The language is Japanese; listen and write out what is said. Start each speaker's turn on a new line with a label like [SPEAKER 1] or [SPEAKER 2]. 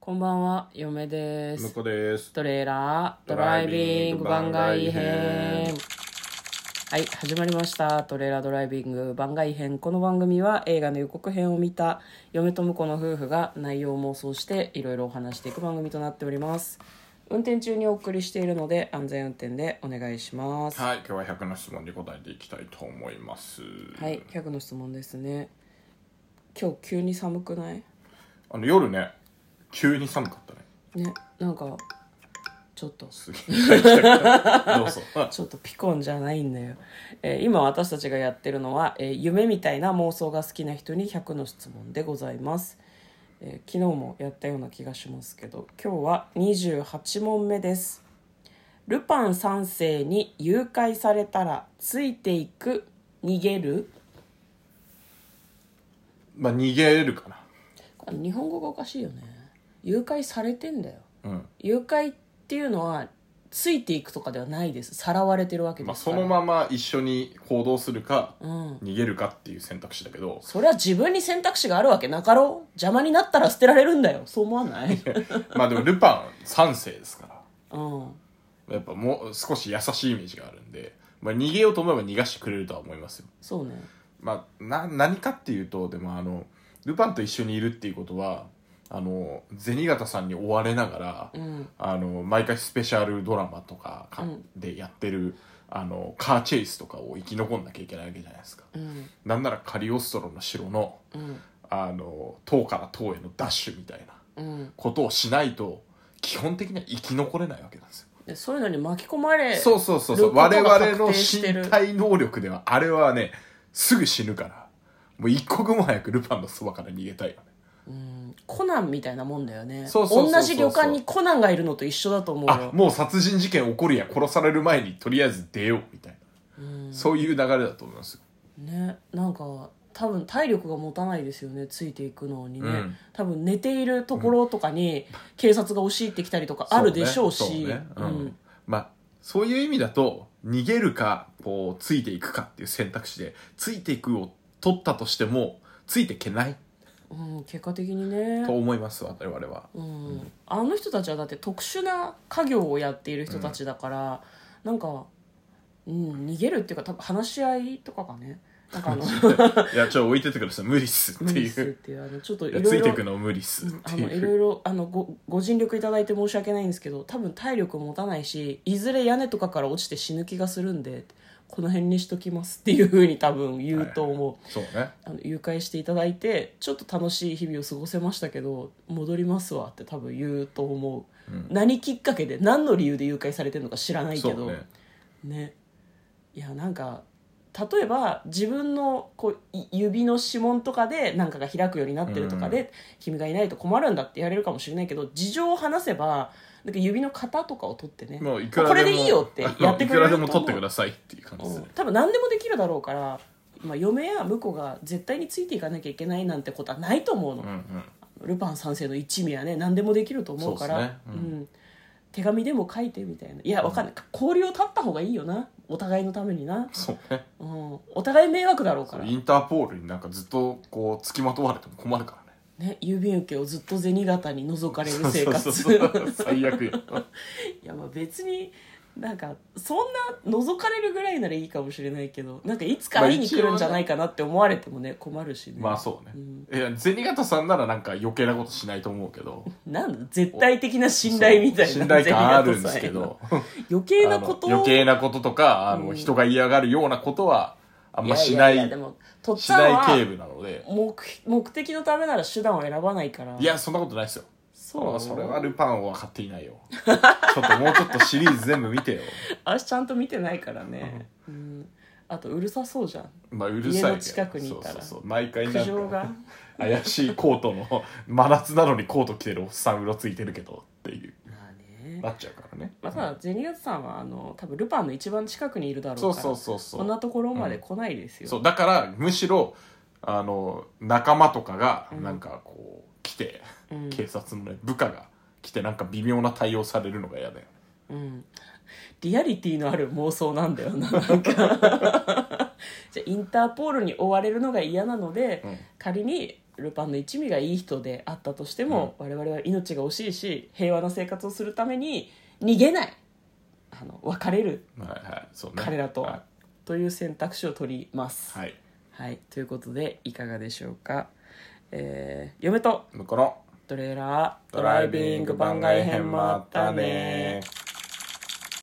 [SPEAKER 1] こんばんは、嫁で
[SPEAKER 2] 向
[SPEAKER 1] す。
[SPEAKER 2] こうです。
[SPEAKER 1] トレーラード
[SPEAKER 2] ド
[SPEAKER 1] ラ
[SPEAKER 2] ラ
[SPEAKER 1] イ
[SPEAKER 2] イ
[SPEAKER 1] ビ
[SPEAKER 2] ビ
[SPEAKER 1] ン
[SPEAKER 2] ン
[SPEAKER 1] グ
[SPEAKER 2] グ
[SPEAKER 1] 番
[SPEAKER 2] 番
[SPEAKER 1] 外
[SPEAKER 2] 外
[SPEAKER 1] 編
[SPEAKER 2] 編。
[SPEAKER 1] はい、始まりました。トレーラードライビング番外編。この番組は映画の予告編を見た嫁と婿の夫婦が内容を妄想していろいろお話していく番組となっております。運転中にお送りしているので安全運転でお願いします。
[SPEAKER 2] はい、今日は100の質問に答えていきたいと思います。
[SPEAKER 1] はい、100の質問ですね。今日急に寒くない
[SPEAKER 2] あの夜ね、急に寒かったね。
[SPEAKER 1] ね、なんか、ちょっと。
[SPEAKER 2] す げえ。どうぞ。
[SPEAKER 1] ちょっとピコンじゃないんだよ、えー今私たちがやってるのは、えー夢みたいな妄想が好きな人に100の質問でございます、えー昨日もやったような気がしますけど今日は28問目ですルパン3世に誘拐されたらついていく逃げる
[SPEAKER 2] まあ逃げるか
[SPEAKER 1] これ日本語がおかしいよね誘拐されてんだよ
[SPEAKER 2] な。うん。
[SPEAKER 1] 誘拐っていうのはついていくとかではないですさらわれてるわけ
[SPEAKER 2] ま
[SPEAKER 1] で
[SPEAKER 2] あ
[SPEAKER 1] すか
[SPEAKER 2] そ
[SPEAKER 1] ら、
[SPEAKER 2] のまま一緒に行動するか、
[SPEAKER 1] うん
[SPEAKER 2] 逃げるかっていう選択肢だけど、
[SPEAKER 1] それは自分に選択肢があるわけなかろう邪魔になったら捨てられるんだよそう思わ ない
[SPEAKER 2] まあでもルパン3世ですか
[SPEAKER 1] うん
[SPEAKER 2] ら、やっぱもう少し優しいイメージがあるんで、まあ逃げようと思えば逃がしてくれるとは思いますよ。
[SPEAKER 1] そうね
[SPEAKER 2] まあ、な何かっていうとでもあのルパンと一緒にいるっていうことはあの銭形さんに追われながら、
[SPEAKER 1] うん
[SPEAKER 2] あの毎回スペシャルドラマとかか
[SPEAKER 1] うん
[SPEAKER 2] でやってる、あのカーチェイスとかを生き残んなきゃいけないわけじゃないですか。
[SPEAKER 1] うん
[SPEAKER 2] なんならカリオストロの城の
[SPEAKER 1] うん
[SPEAKER 2] あの塔から塔へのダッシュみたいな
[SPEAKER 1] うん
[SPEAKER 2] ことをしないと基本的には生き残れないわけなんですよ。
[SPEAKER 1] でそういうのに巻き込まれ
[SPEAKER 2] そうそうそうそう
[SPEAKER 1] ルパン
[SPEAKER 2] 我
[SPEAKER 1] が
[SPEAKER 2] 々
[SPEAKER 1] 確
[SPEAKER 2] の
[SPEAKER 1] 定してる
[SPEAKER 2] 身体能力ではあれはねすぐ死ぬからもう一刻も早くルパンのそばから逃げたいよね
[SPEAKER 1] うんコナンみたいなもんだよね
[SPEAKER 2] そうそうそうそう
[SPEAKER 1] 同じ旅館にコナンがいるのと一緒だと思う
[SPEAKER 2] あ
[SPEAKER 1] よ
[SPEAKER 2] もう殺人事件起こるや殺される前にとりあえず出ようみたいな、そういう流れだと思いますよ
[SPEAKER 1] ねなんか多分体力が持たないですよねついていくのにね、
[SPEAKER 2] うん
[SPEAKER 1] 多分寝ているところとかに警察が押し入ってきたりとかあるでしょう
[SPEAKER 2] そ
[SPEAKER 1] し
[SPEAKER 2] ねそうねうん
[SPEAKER 1] ん
[SPEAKER 2] まあそういう意味だと逃げるかこうついていくかっていう選択肢でついていくを取ったとしてもついていけない
[SPEAKER 1] うん結果的にね
[SPEAKER 2] と思います我 々は
[SPEAKER 1] うん、あの人たちはだって特殊な家業をやっている人たちだから、なんか、うん、逃げるっていうか多分話し合いとかがねなんか あの
[SPEAKER 2] いやちょ置いててください無理っすって
[SPEAKER 1] 無理
[SPEAKER 2] い
[SPEAKER 1] っすっ
[SPEAKER 2] う
[SPEAKER 1] ていうあのちょっとい
[SPEAKER 2] い
[SPEAKER 1] ろ
[SPEAKER 2] や
[SPEAKER 1] い
[SPEAKER 2] ついてい
[SPEAKER 1] ろ
[SPEAKER 2] くの無理っすっ
[SPEAKER 1] あ
[SPEAKER 2] ていう
[SPEAKER 1] のいろいろあのごご尽力いただいて申し訳ないんですけど多分体力持たないしいずれ屋根とかから落ちて死ぬ気がするんでこの辺にしときますっていうふうに多分言うと思う、
[SPEAKER 2] そうね
[SPEAKER 1] あの誘拐していただいてちょっと楽しい日々を過ごせましたけど戻りますわって多分言うと思う、
[SPEAKER 2] うん
[SPEAKER 1] 何きっかけで何の理由で誘拐されてるのか知らないけ
[SPEAKER 2] そう
[SPEAKER 1] ど
[SPEAKER 2] ね
[SPEAKER 1] ねいやなんか例えば自分のこうい指の指紋とかで何かが開くようになってるとかで、君がいないと困るんだって言われるかもしれないけど事情を話せばなんか指の型とかを取ってね
[SPEAKER 2] もういくらでも
[SPEAKER 1] これでいいよってやってくれる
[SPEAKER 2] いくらでも
[SPEAKER 1] と思
[SPEAKER 2] 取って
[SPEAKER 1] う
[SPEAKER 2] くださいっていう感じですね
[SPEAKER 1] 多分何でもできるだろうから、まあ、嫁や婿が絶対についていかなきゃいけないなんてことはないと思うの
[SPEAKER 2] うん、うん
[SPEAKER 1] ルパン三世の一味はね何でもできると思うから
[SPEAKER 2] そうですねうん
[SPEAKER 1] ん手紙でも書いてみたいないやわかんない交流を断った方がいいよなお互いのためにな、
[SPEAKER 2] そうね
[SPEAKER 1] うん、お互い迷惑だろうから、
[SPEAKER 2] インターポールになんかずっとこう付きまとわれても困るからね
[SPEAKER 1] ね、郵便受けをずっと銭形に覗かれる生
[SPEAKER 2] そう
[SPEAKER 1] 活
[SPEAKER 2] そうそう最悪よ
[SPEAKER 1] いやまあ別になんかそんな覗かれるぐらいならいいかもしれないけどなんかいつか会いに来るんじゃないかなって思われてもね困るしね、
[SPEAKER 2] まあそうね、
[SPEAKER 1] うん
[SPEAKER 2] いや銭形さんならなんか余計なことしないと思うけど
[SPEAKER 1] なんだ絶対的な信頼みたいな
[SPEAKER 2] そう信頼感あるんですけど
[SPEAKER 1] 余計なこと
[SPEAKER 2] あ
[SPEAKER 1] を
[SPEAKER 2] の余計なこととかあの、
[SPEAKER 1] うん
[SPEAKER 2] 人が嫌がるようなことはあんましな
[SPEAKER 1] や
[SPEAKER 2] い
[SPEAKER 1] ややでもとっ
[SPEAKER 2] し
[SPEAKER 1] つぁん
[SPEAKER 2] ない警
[SPEAKER 1] は
[SPEAKER 2] 部なので
[SPEAKER 1] 目目的のためなら手段を選ばないから
[SPEAKER 2] いやそんなことないですよ
[SPEAKER 1] そう
[SPEAKER 2] それはルパンは買っていないよちょっともうちょっとシリーズ全部見てよ
[SPEAKER 1] 私ちゃんと見てないからね、うん、あとうるさそうじゃん
[SPEAKER 2] まあ、うるさいけど
[SPEAKER 1] 家の近くにいたら
[SPEAKER 2] そうそうそう毎回な
[SPEAKER 1] 苦情
[SPEAKER 2] んか
[SPEAKER 1] が
[SPEAKER 2] 怪しいコートの 真夏なのにコート着てるおっさんうろついてるけどっていう
[SPEAKER 1] まあね
[SPEAKER 2] なっちゃうからね、
[SPEAKER 1] まあ、ただゼニガツさんはあの多分ルパンの一番近くにいるだろうか
[SPEAKER 2] そ
[SPEAKER 1] ら
[SPEAKER 2] うそうそうそ
[SPEAKER 1] こんな
[SPEAKER 2] う
[SPEAKER 1] ところまで来ないですよ、
[SPEAKER 2] そうだからむしろあの仲間とかがなんかこう来て、
[SPEAKER 1] うん
[SPEAKER 2] 警察のね部下が来てなんか微妙な対応されるのが嫌だよ
[SPEAKER 1] うん、リアリティのある妄想なんだよ ななんかじゃあインターポールに追われるのが嫌なので、
[SPEAKER 2] うん
[SPEAKER 1] 仮にルパンの一味がいい人であったとしても、我々は命が惜しいし平和な生活をするために逃げないあの別れる
[SPEAKER 2] はいはいそうね
[SPEAKER 1] 彼らとは、
[SPEAKER 2] は
[SPEAKER 1] という選択肢を取ります。
[SPEAKER 2] い、はい、
[SPEAKER 1] はい、ということでいかがでしょうか、えー、嫁と
[SPEAKER 2] 向こうの
[SPEAKER 1] トレーラード
[SPEAKER 2] ドライビング番外編もあったね